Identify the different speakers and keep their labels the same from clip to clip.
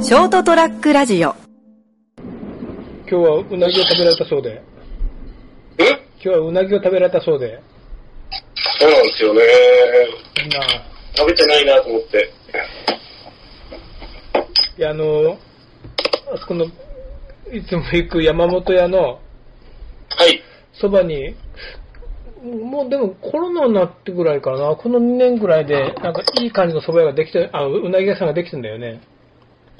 Speaker 1: ショートトラックラジオ
Speaker 2: 今日はうなぎを食べられたそうで、
Speaker 3: え
Speaker 2: 今日はうなぎを食べられたそうで、
Speaker 3: そうなんですよね。
Speaker 2: みんな、
Speaker 3: 食べてないなと思って。
Speaker 2: いや、あの、あそこの、いつも行く山本屋の
Speaker 3: はい。
Speaker 2: そばに、もうでもコロナになってぐらいかな、この2年ぐらいで、なんかいい感じの蕎麦屋ができて、あ、うなぎ屋さんができてんだよね。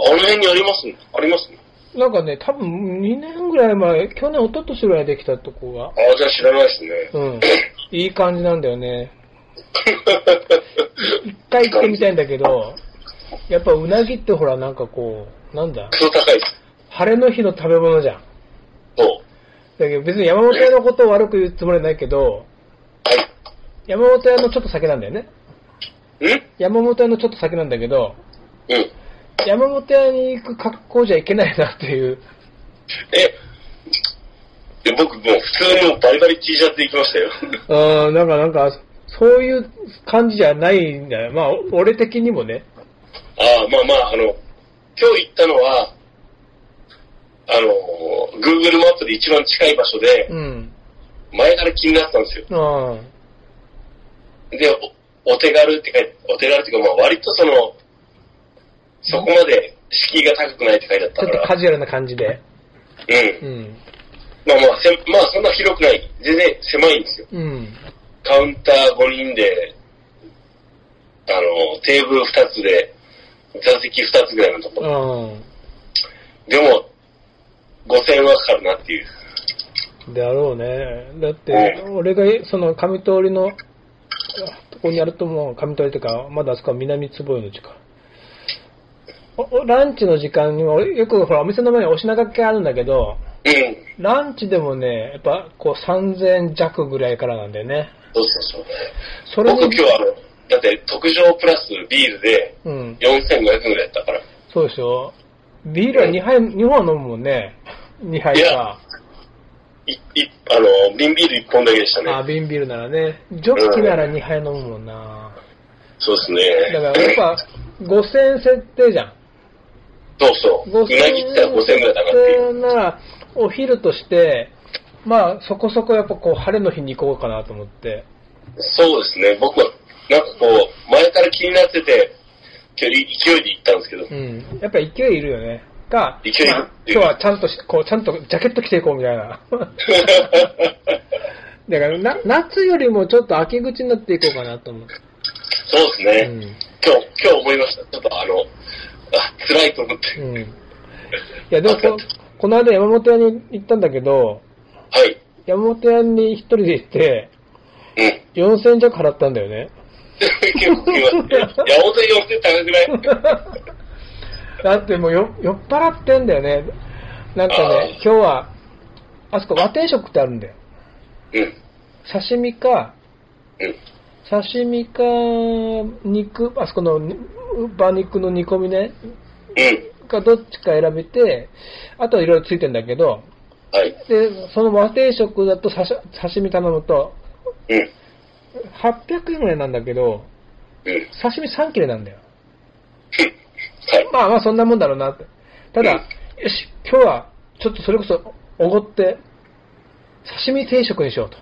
Speaker 3: あの辺にありますね。ありますね。
Speaker 2: なんかね、多分2年ぐらい前、去年、一昨年ぐらいできたとこが、
Speaker 3: ああ、じゃあ知らないです ね。
Speaker 2: うん、いい感じなんだよね。一回行ってみたいんだけど、やっぱうなぎってほら、なんかこう、なんだ、
Speaker 3: クソ高いです。
Speaker 2: 晴れの日の食べ物じゃん。だ
Speaker 3: そう。
Speaker 2: けど別に山本屋のことを悪く言うつもりはないけど、
Speaker 3: は
Speaker 2: 山本屋のちょっと先なんだよね。
Speaker 3: い。ん
Speaker 2: 山本屋のちょっと先なんだけど、
Speaker 3: うん。
Speaker 2: 山本屋に行く格好じゃいけないなっていう。
Speaker 3: え、で僕もう普通のバリバリ T シャツで行きま したよ。
Speaker 2: うん、なんかなんか、そういう感じじゃないんだよ。まあ、俺的にもね。
Speaker 3: ああ、まあまあ、あの、今日行ったのは、あの、Google マップで一番近い場所で
Speaker 2: う、ん。
Speaker 3: 前から気になってたんですよ。
Speaker 2: ああ。
Speaker 3: で、おお手軽って書いて、お手軽っていうか、まあ割とその、そこまで敷居が高くないって書いてあっ
Speaker 2: ち
Speaker 3: た
Speaker 2: ょっ
Speaker 3: か
Speaker 2: と
Speaker 3: ら、
Speaker 2: カジュアルな感じで。
Speaker 3: うん
Speaker 2: う。ん。
Speaker 3: まあまあ、せんまあそんな広くない。全然狭いんですよ。
Speaker 2: うん。
Speaker 3: カウンター5人で、あの、テーブル2つで、座席2つぐらいのところ。
Speaker 2: う
Speaker 3: でも、5000円はかかるなっていう。
Speaker 2: ん。であろうね。だって、俺が、その、上通りの、ここにあるともう、上通りとか、まだあそこは南坪井の地か。おおランチの時間にも、よくほら、お店の前にお品書きあるんだけど、
Speaker 3: うん。
Speaker 2: ランチでもね、やっぱ、こう、3000弱ぐらいからなんだよね。
Speaker 3: そうそうそう。
Speaker 2: それ
Speaker 3: 僕今
Speaker 2: に
Speaker 3: 日、あの、だって特上プラスビールで
Speaker 2: うん、
Speaker 3: 4500円ぐらいやったから。
Speaker 2: そうでしょ。ビールは2杯、2本飲むもんね。2杯か
Speaker 3: いや。い、い、あの、瓶ビール1本だけでしたね。
Speaker 2: あ、瓶ビールならね。ジョッキなら2杯飲むもんな。
Speaker 3: そうです
Speaker 2: だ
Speaker 3: ね。
Speaker 2: からやっぱ、5000円設定じゃん。
Speaker 3: そうそう。うなぎって5000ぐらいだからっていう。
Speaker 2: 円なら、お昼として、まあ、そこそこやっぱこう、晴れの日に行こうかなと思って。
Speaker 3: そうですね。僕は、なんかこう、前から気になってて、今日勢いで行ったんですけど、
Speaker 2: うん。やっぱ勢いいるよね。か、
Speaker 3: 勢いいる
Speaker 2: まあ今日はちゃんとし、こう、ちゃんとジャケット着ていこうみたいな。 だからな、夏よりもちょっと秋口になっていこうかなと思って。
Speaker 3: そうですね、
Speaker 2: うん
Speaker 3: 今日、今日思いました。ちょっとあの、あ、辛いと思って。
Speaker 2: うん。いや、でもこ、この間山本屋に行ったんだけど、
Speaker 3: はい。
Speaker 2: 山本屋に一人で行って、
Speaker 3: うん。
Speaker 2: 4000弱払ったんだよね。
Speaker 3: 結構来ました。いや、本当に4000高くない
Speaker 2: だってもうよ酔っ払ってんだよね。なんか
Speaker 3: あー
Speaker 2: ね、今日は、あそこ和定食ってあるんだよ。
Speaker 3: うん。
Speaker 2: 刺身か、
Speaker 3: うん。
Speaker 2: 刺身か、肉、あそこの馬肉の煮込みね、
Speaker 3: うん。
Speaker 2: かどっちか選べて、あとはいろいろついてんだけど、
Speaker 3: はい。
Speaker 2: で、その和定食だと刺し刺身頼むと、
Speaker 3: うん。
Speaker 2: 800円ぐらいなんだけど、
Speaker 3: うん。
Speaker 2: 刺身3切れなんだよ。
Speaker 3: はい。
Speaker 2: まあまあそんなもんだろうなって。ただ、よし、今日は、ちょっとそれこそ、おごって、刺身定食にしようと。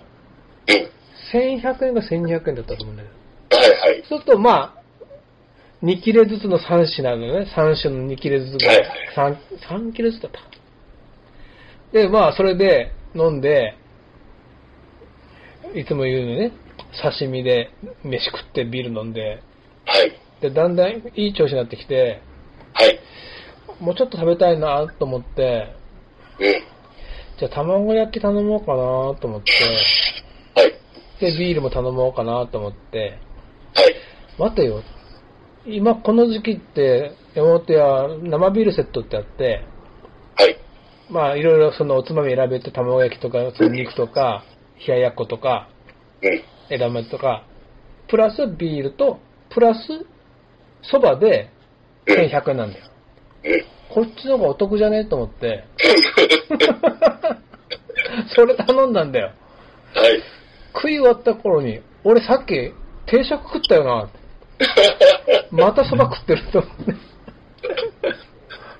Speaker 3: うん。
Speaker 2: 1100円か1200円だったと思うんだけど。
Speaker 3: はいはい。
Speaker 2: そうすると、まあ、2切れずつの3品なのね。3種の2切れずつが
Speaker 3: はいはい。
Speaker 2: 3、3切れずつだった。で、まあ、それで、飲んで、いつも言うのね、刺身で、飯食ってビール飲んで、
Speaker 3: はい。
Speaker 2: で、だんだんいい調子になってきて、
Speaker 3: はい。
Speaker 2: もうちょっと食べたいなと思って、
Speaker 3: うん。
Speaker 2: じゃあ卵焼き頼もうかなと思って、
Speaker 3: はい。
Speaker 2: で、ビールも頼もうかなと思って、
Speaker 3: はい。
Speaker 2: 待てよ。今この時期って、山本屋生ビールセットってあって、
Speaker 3: はい。
Speaker 2: まあいろいろそのおつまみ選べて卵焼きとか、その肉とか、冷ややっことか、
Speaker 3: うん。
Speaker 2: 枝豆とか、プラスビールと、プラスそばで1100円なんだよ。
Speaker 3: うん。
Speaker 2: こっちの方がお得じゃねえと思って、それ頼んだんだよ。
Speaker 3: はい。
Speaker 2: 食い終わった頃に、俺さっき定食食 ったよな。またそば食ってると思って。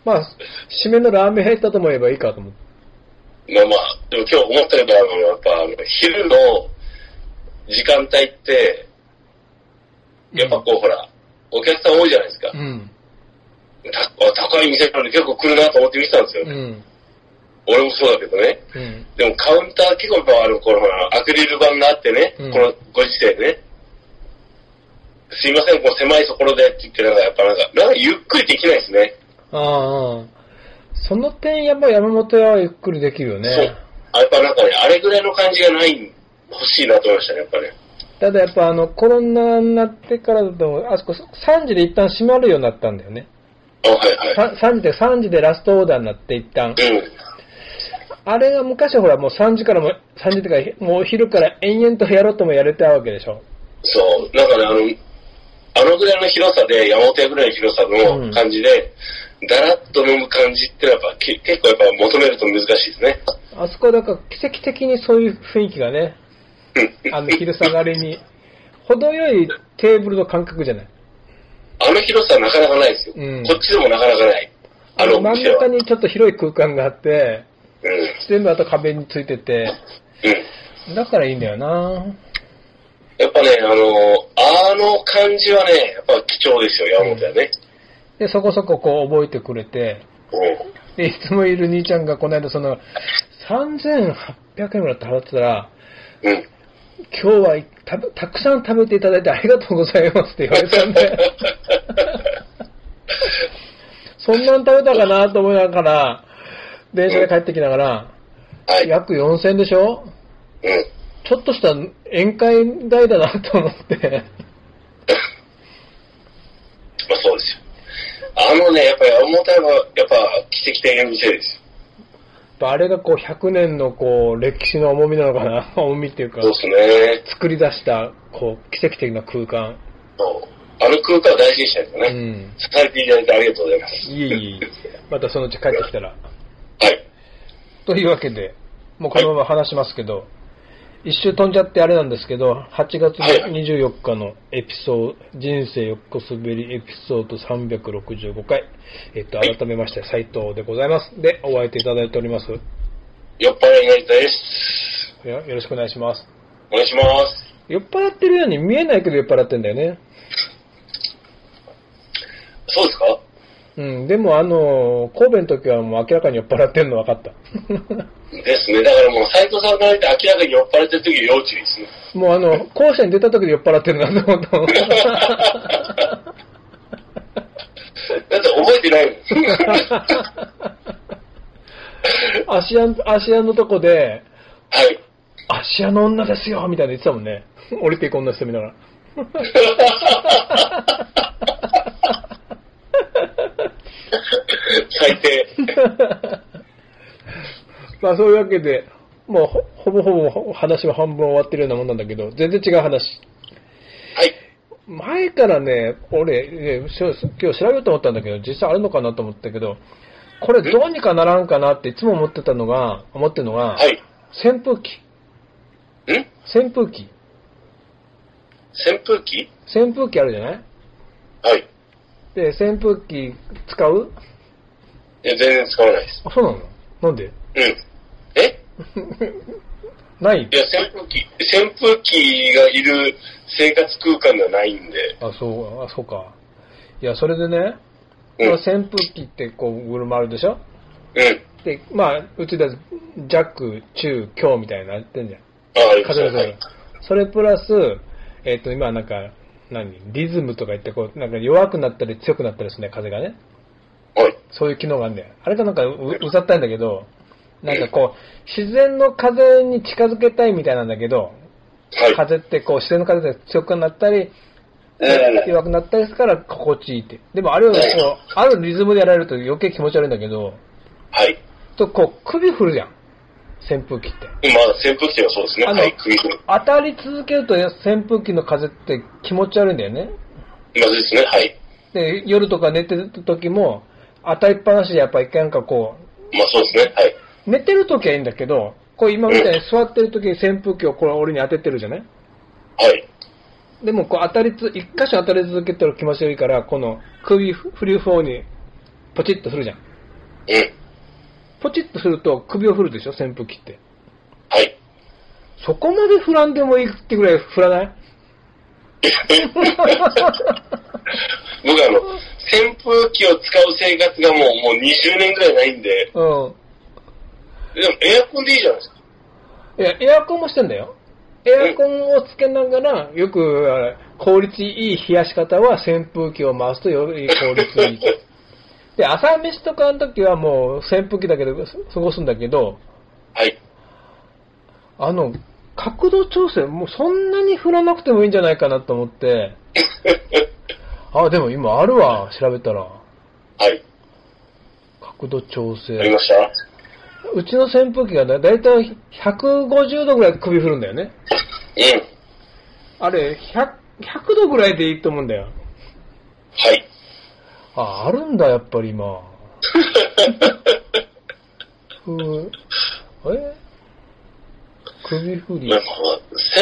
Speaker 2: まあ、締めのラーメン入ったと思えばいいかと思って。
Speaker 3: まあまあ、でも今日思ったけど、あの、やっぱ、あの昼の時間帯って、やっぱこう、ほら、お客さん多いじゃないですか。
Speaker 2: うん。
Speaker 3: たあ高い店なのに結構来るなと思って見てたんですよ、
Speaker 2: う
Speaker 3: ね
Speaker 2: ん。
Speaker 3: 俺もそうだけどね。
Speaker 2: うん。
Speaker 3: でもカウンター結構あの、このほらアクリル板があってね、
Speaker 2: うん
Speaker 3: このご時世でね。すいません、こう狭いところでって言って、なんかやっぱなんか、なんかゆっくりできないですね。
Speaker 2: ああ。その点、やっぱ山本屋はゆっくりできるよ
Speaker 3: そう
Speaker 2: ね。。
Speaker 3: あやっぱなんかね、あれぐらいの感じがない、欲しいなと思いましたね、やっぱね。
Speaker 2: ただやっぱあの、コロナになってからだと、あそこ3時で一旦閉まるようになったんだよね。
Speaker 3: あ、はいはい。
Speaker 2: さ3時で、3時でラストオーダーになって一旦。
Speaker 3: うん。
Speaker 2: あれが昔はほらもう3時からも、3時とか、もう昼から延々とやろうともやれたわけでしょ。
Speaker 3: そう。なんかね、あの、あのぐらいの広さで、山本屋ぐらいの広さ
Speaker 2: うん
Speaker 3: の感じで、だらっと飲む感じってのはやっぱけ結構やっぱ求めると難しいですね。
Speaker 2: あそこだから奇跡的にそういう雰囲気がね、
Speaker 3: うん
Speaker 2: あの昼下がりに、程よいテーブルの感覚じゃない。
Speaker 3: あの広さはなかなかないですよ。
Speaker 2: うん
Speaker 3: こっちでもなかなかない。あの
Speaker 2: 真ん
Speaker 3: 店は。
Speaker 2: 中
Speaker 3: うん。
Speaker 2: にちょっと広い空間があって、
Speaker 3: うん。
Speaker 2: 全部あと壁についてて、だからいいんだよな
Speaker 3: やっぱね、あの、あの感じはね、やっぱ貴重ですよ、山本屋ね。
Speaker 2: で、そこそここう覚えてくれて、
Speaker 3: うん。
Speaker 2: で、いつもいる兄ちゃんがこの間その、3800円ぐらい払ってたら、
Speaker 3: うん。
Speaker 2: 今日はいたたくさん食べていただいてありがとうございますって言われたんで、 そんなん食べたかなと思いながら、電車で帰ってきながら、
Speaker 3: はい。
Speaker 2: 約4000でしょ
Speaker 3: うん。
Speaker 2: ちょっとした宴会代だなと思って。
Speaker 3: まあそうですよ。あのね、やっぱり山本屋は、やっぱ奇跡的な店ですよ。
Speaker 2: あれがこう100年のこう歴史の重みなのかな 重みっていうか
Speaker 3: そ、うですね。
Speaker 2: 作り出したこう奇跡的な空間。
Speaker 3: そうあの空間は大事にしたいですよ
Speaker 2: う
Speaker 3: ね。
Speaker 2: ん。
Speaker 3: 支えていただいてありがとうございます。
Speaker 2: いいいい。またそのうち帰ってきたら。
Speaker 3: はい。
Speaker 2: というわけで、もうこのまま話しますけど、一周飛んじゃってあれなんですけど、8月24日のエピソード、人生横滑りエピソード365回、えっと、
Speaker 3: はい
Speaker 2: 改めまして斉藤でございます。で、お相手いただいております。よ
Speaker 3: 酔っ払いになりたいです。
Speaker 2: よろしくお願いします。
Speaker 3: お願いします。
Speaker 2: 酔っ払ってるように見えないけど酔っ払ってんだよね。
Speaker 3: そうですか
Speaker 2: うん、でもあの、神戸の時はもう明らかに酔っ払ってるの分かった。
Speaker 3: ですね。だからもう斎藤さんから見て明らかに酔っ払ってる時は要注意ですね。
Speaker 2: もうあの、校舎に出た時で酔っ払ってるなと思ったもん
Speaker 3: だって覚えてないもん。
Speaker 2: 芦屋、芦屋のとこで、
Speaker 3: はい。
Speaker 2: 芦屋の女ですよみたいな言ってたもんね。 降りていく女してみながら。
Speaker 3: 最低。
Speaker 2: まあそういうわけで、もうほほぼほぼ話は半分終わってるようなもんなんだけど、全然違う話。
Speaker 3: はい。
Speaker 2: 前からね、俺、ねしょ今日調べようと思ったんだけど、実際あるのかなと思ったけど、これどうにかならんかなっていつも思ってたのが、思ってるのが、
Speaker 3: はい。
Speaker 2: 扇風機。
Speaker 3: ん
Speaker 2: 扇風機。
Speaker 3: 扇風機
Speaker 2: 扇風機あるじゃない
Speaker 3: はい。
Speaker 2: で、扇風機使う
Speaker 3: いや、全然使わないです。
Speaker 2: あ、そうなのなんで
Speaker 3: うん。え
Speaker 2: ない
Speaker 3: いや、扇風機、扇風機がいる生活空間ではないんで。
Speaker 2: あ、そう、あ、そうか。いや、それでね、
Speaker 3: うん。う
Speaker 2: まあ
Speaker 3: ん。
Speaker 2: 扇風機ってこう、ぐるまるでしょで、まあ、うちだと、弱、中、強みたいなのやってんじゃん。
Speaker 3: あ、あります
Speaker 2: 風
Speaker 3: ね。
Speaker 2: の
Speaker 3: は
Speaker 2: 声
Speaker 3: い。
Speaker 2: それプラス、えっ、と、今なんか、何リズムとか言って、こう、なんか弱くなったり強くなったりするね、風がね。
Speaker 3: はい。
Speaker 2: そういう機能があるんだよ。あれがなんかう、うざったいんだけど、なんかこう、自然の風に近づけたいみたいなんだけど、
Speaker 3: はい。
Speaker 2: 風ってこう、自然の風で強くなったり、
Speaker 3: え
Speaker 2: 弱くなったりするから心地いいって。でもあれをこう、あるリズムでやられると余計気持ち悪いんだけど、
Speaker 3: はい。
Speaker 2: とこう、首振るじゃん。扇風機って。
Speaker 3: 今、扇風機はそうですね。
Speaker 2: あの
Speaker 3: はい、首振る。
Speaker 2: 当たり続けると扇風機の風って気持ち悪いんだよね。
Speaker 3: まずいですね。はい。
Speaker 2: で、夜とか寝てる時も、当たりっぱなしでやっぱ一回なんかこ
Speaker 3: まあそうですね。はい。
Speaker 2: う、寝てる時はいいんだけど、こう今みたいに座ってる時に扇風機をこれ俺に当ててるじゃない
Speaker 3: はい。
Speaker 2: でもこう当たりつ、一箇所当たり続けてる気持ち悪いから、この首振り方にポチッとするじゃん。
Speaker 3: うん。
Speaker 2: ポチッとすると首を振るでしょ、扇風機って。
Speaker 3: はい。
Speaker 2: そこまで振らんでもいいってぐらい振らない
Speaker 3: 僕あの、扇風機を使う生活がもう、もう20年ぐらいないんで、
Speaker 2: うん。
Speaker 3: でもエアコンでいいじゃないですか。
Speaker 2: いや、エアコンもしてんだよ。エアコンをつけながら、よく、あれ効率いい冷やし方は扇風機を回すとより効率いいと。で、朝飯とかの時はもう扇風機だけで過ごすんだけど、
Speaker 3: はい。
Speaker 2: あの、角度調整、もうそんなに振らなくてもいいんじゃないかなと思って、 あ、でも今あるわ、調べたら。
Speaker 3: はい。
Speaker 2: 角度調
Speaker 3: あり
Speaker 2: 整。
Speaker 3: ました
Speaker 2: うちの扇風機がだだいたい150度ぐらい首振るんだよね。
Speaker 3: うん。
Speaker 2: あれ、100、100度ぐらいでいいと思うんだよ。
Speaker 3: はい。
Speaker 2: あ、あるんだ、やっぱり 今。ふうえ首振り
Speaker 3: まあ。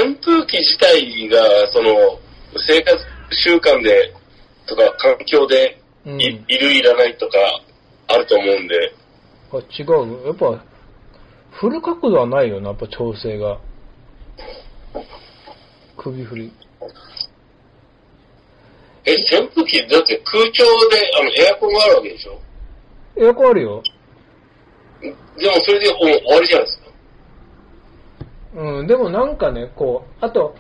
Speaker 3: 扇風機自体が、その、生活習慣で、とか環境でい、
Speaker 2: うん
Speaker 3: いるいらないとか、あると思うんで、
Speaker 2: あ、違う。やっぱ、振る角度はないよな、やっぱ調整が。首振り。
Speaker 3: え、扇風機だって空調で、あの、エアコンがあるわけでしょ
Speaker 2: エアコンあるよ。
Speaker 3: でもそれでもう終わりじゃないですか。
Speaker 2: うん、でもなんかね、こう、あと、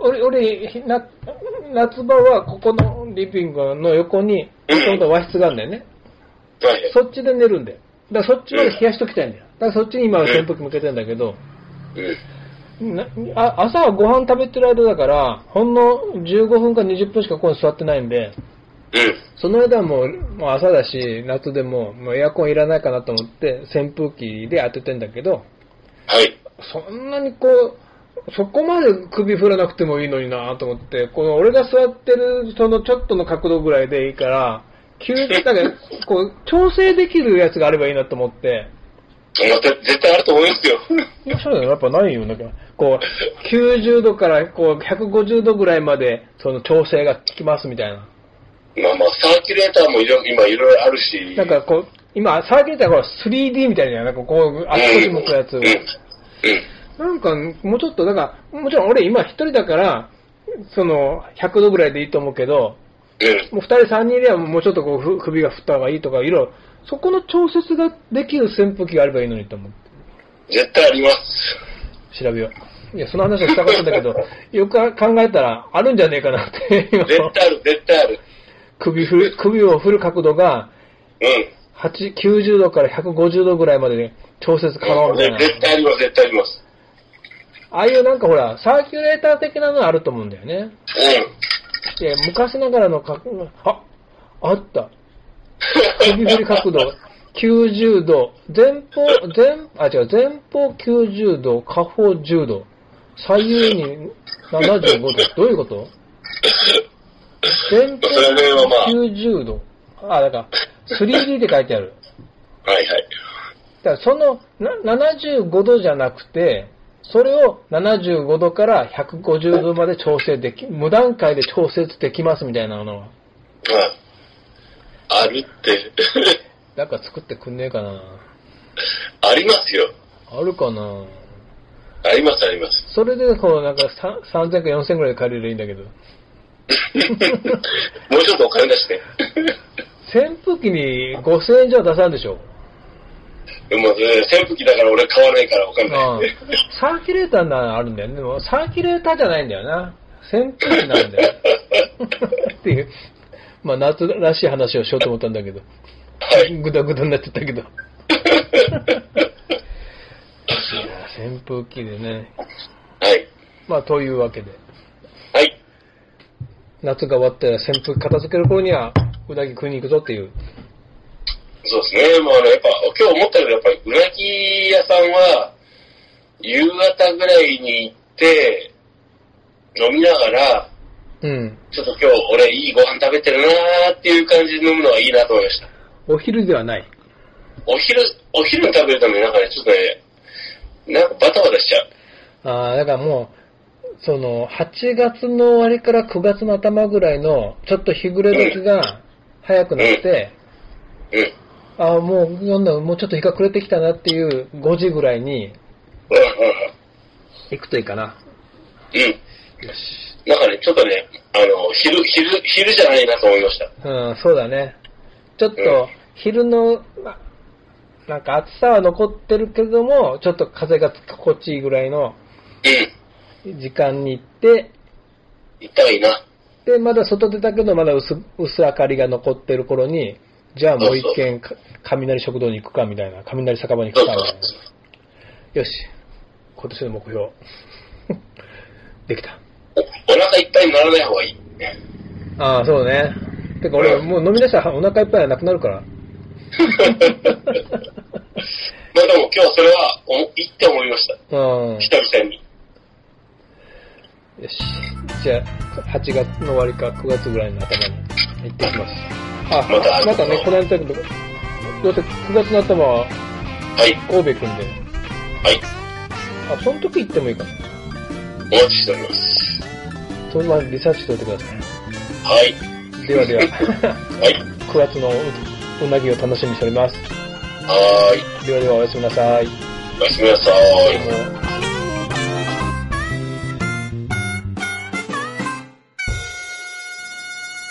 Speaker 2: 俺、俺、ひな夏場はここのリビングの横に、
Speaker 3: うん
Speaker 2: もともと和室があるんだよね。
Speaker 3: はいはい。
Speaker 2: そっちで寝るんだよ。だからそっちまで冷やしときたいんだよ。だからそっちに今は扇風機向けてんだけど、
Speaker 3: うん。
Speaker 2: なあ朝はご飯食べてる間だから、ほんの15分か20分しかここに座ってないんで、
Speaker 3: うん。
Speaker 2: その間はもうもう朝だし、夏でももうエアコンいらないかなと思って、扇風機で当ててんだけど、
Speaker 3: はい。
Speaker 2: そんなにこう、そこまで首振らなくてもいいのになと思って、この俺が座ってるそのちょっとの角度ぐらいでいいから、急に、なんかこう、調整できるやつがあればいいなと思って、
Speaker 3: また絶対あると思いますよ。
Speaker 2: いや、そうだよ。やっぱないよ。なんか、こう、90度から、こう、150度ぐらいまで、その調整が効きますみたいな。
Speaker 3: まあまあ、サーキュレーターもいろ今いろいろあるし。
Speaker 2: なんか、こう、今、サーキュレーターがほら 3D みたいな、なんかこう、あっこに向くやつ
Speaker 3: うん。うん。
Speaker 2: なんか、もうちょっと、だから、もちろん俺今一人だから、その、100度ぐらいでいいと思うけど、
Speaker 3: う
Speaker 2: も
Speaker 3: ん。
Speaker 2: う二人三人いればもうちょっとこうふ、首が振った方がいいとか、いろいろ、そこの調節ができる扇風機があればいいのにと思って。
Speaker 3: 絶対あ ります。
Speaker 2: 調べよう。いや、その話をしたかったんだけど、よく考えたら、あるんじゃねえかなって、今
Speaker 3: 絶対ある、絶対ある。
Speaker 2: 首振る、首を振る角度が、
Speaker 3: うん。
Speaker 2: 8 90度から150度ぐらいまでね調節可能みたいな。
Speaker 3: 絶対あります、絶対あります。
Speaker 2: ああいうなんかほら、サーキュレーター的なのあると思うんだよね。で、昔ながらの角度、あ、あった。首振り角度、90度、前方、前、あ、違う、前方90度、下方10度、左右に75度。どういうこと前方
Speaker 3: それはまあ
Speaker 2: 90度。あ、だから、3D って書いてある。
Speaker 3: うん。はいはい。
Speaker 2: だからそのな75度じゃなくて、それを75度から150度まで調整でき、無段階で調節できますみたいなのは。
Speaker 3: うん。あるって。
Speaker 2: なんか作ってくんねえかな。
Speaker 3: ありますよ。
Speaker 2: あるかな。
Speaker 3: あります、あります。
Speaker 2: それで、こう、なんかさ3000か4000ぐらいで借りればいいんだけど。
Speaker 3: もうちょっとお金出して。
Speaker 2: 扇風機に5000円じゃ出さんでしょ。
Speaker 3: でも、えー扇風機だから俺買わないからお 金
Speaker 2: ああ
Speaker 3: 出して。
Speaker 2: サーキュレーターならあるんだよね。でも、サーキュレーターじゃないんだよな。扇風機なんだよ。っていう、まあ、夏らしい話をしようと思ったんだけど。
Speaker 3: はい。
Speaker 2: ぐだぐだになっちゃったけど。いや扇風機でね。
Speaker 3: はい。
Speaker 2: まあ、というわけで。
Speaker 3: はい。
Speaker 2: 夏が終わったら扇風機片付ける頃には、うなぎ食いに行くぞっていう。
Speaker 3: そうですね。まあ、あの、やっぱ、今日思ったけど、やっぱり、うなぎ屋さんは、夕方ぐらいに行って、飲みながら、
Speaker 2: うん。
Speaker 3: ちょっと今日俺いいご飯食べてるなーっていう感じで飲むのはいいなと思いました。
Speaker 2: お昼ではない。
Speaker 3: お昼、お昼に食べるためになんかね、ちょっとね、なんかバタバタしちゃう。
Speaker 2: ああ、だからもう、その、8月の終わりから9月の頭ぐらいの、ちょっと日暮れ時が早くなって、
Speaker 3: うん。
Speaker 2: あもう、なんだろうもうちょっと日が暮れてきたなっていう5時ぐらいに
Speaker 3: うんうん
Speaker 2: 行くといいかな。
Speaker 3: うん。うん。
Speaker 2: よし。
Speaker 3: なんかね、ちょっとね、あの、昼、昼、昼じゃないなと思いました。
Speaker 2: うん、そうだね。ちょっ
Speaker 3: うん
Speaker 2: と、昼の、ななんか暑さは残ってるけども、ちょっと風が心地いいぐらいの
Speaker 3: うん。
Speaker 2: 時間に行って、
Speaker 3: 行ったらいいな。
Speaker 2: で、まだ外出たけど、まだ薄、薄明かりが残ってる頃に、じゃあもう一軒、か雷食堂に行くか、みたいな。雷酒場に行
Speaker 3: そう
Speaker 2: く
Speaker 3: そ
Speaker 2: か、
Speaker 3: う
Speaker 2: みたいな。よし。今年の目標。 できた。
Speaker 3: おお腹いっぱいにならない方がいい。
Speaker 2: ああ、そうね。てか俺、もう飲み出したらお腹いっぱいはなくなるから。
Speaker 3: まあでも今日それは、おも行って思いました。
Speaker 2: うん。
Speaker 3: 久々に。
Speaker 2: よし。じゃあ、8月の終わりか9月ぐらいの頭に行ってきます。あ、
Speaker 3: また
Speaker 2: またね、この間だけど、どうせ9月の頭は
Speaker 3: はい。
Speaker 2: 神戸くんで、
Speaker 3: はい。
Speaker 2: あ、その時行ってもいいかな。
Speaker 3: お待ちしております。
Speaker 2: そのままリサーチしておいてくださ
Speaker 3: はい。
Speaker 2: い。ではでは、
Speaker 3: はい。
Speaker 2: 9月のううなぎを楽しみにしております。
Speaker 3: はーい。
Speaker 2: ではではおやすみなさい。
Speaker 3: おやすみなさい。
Speaker 2: もう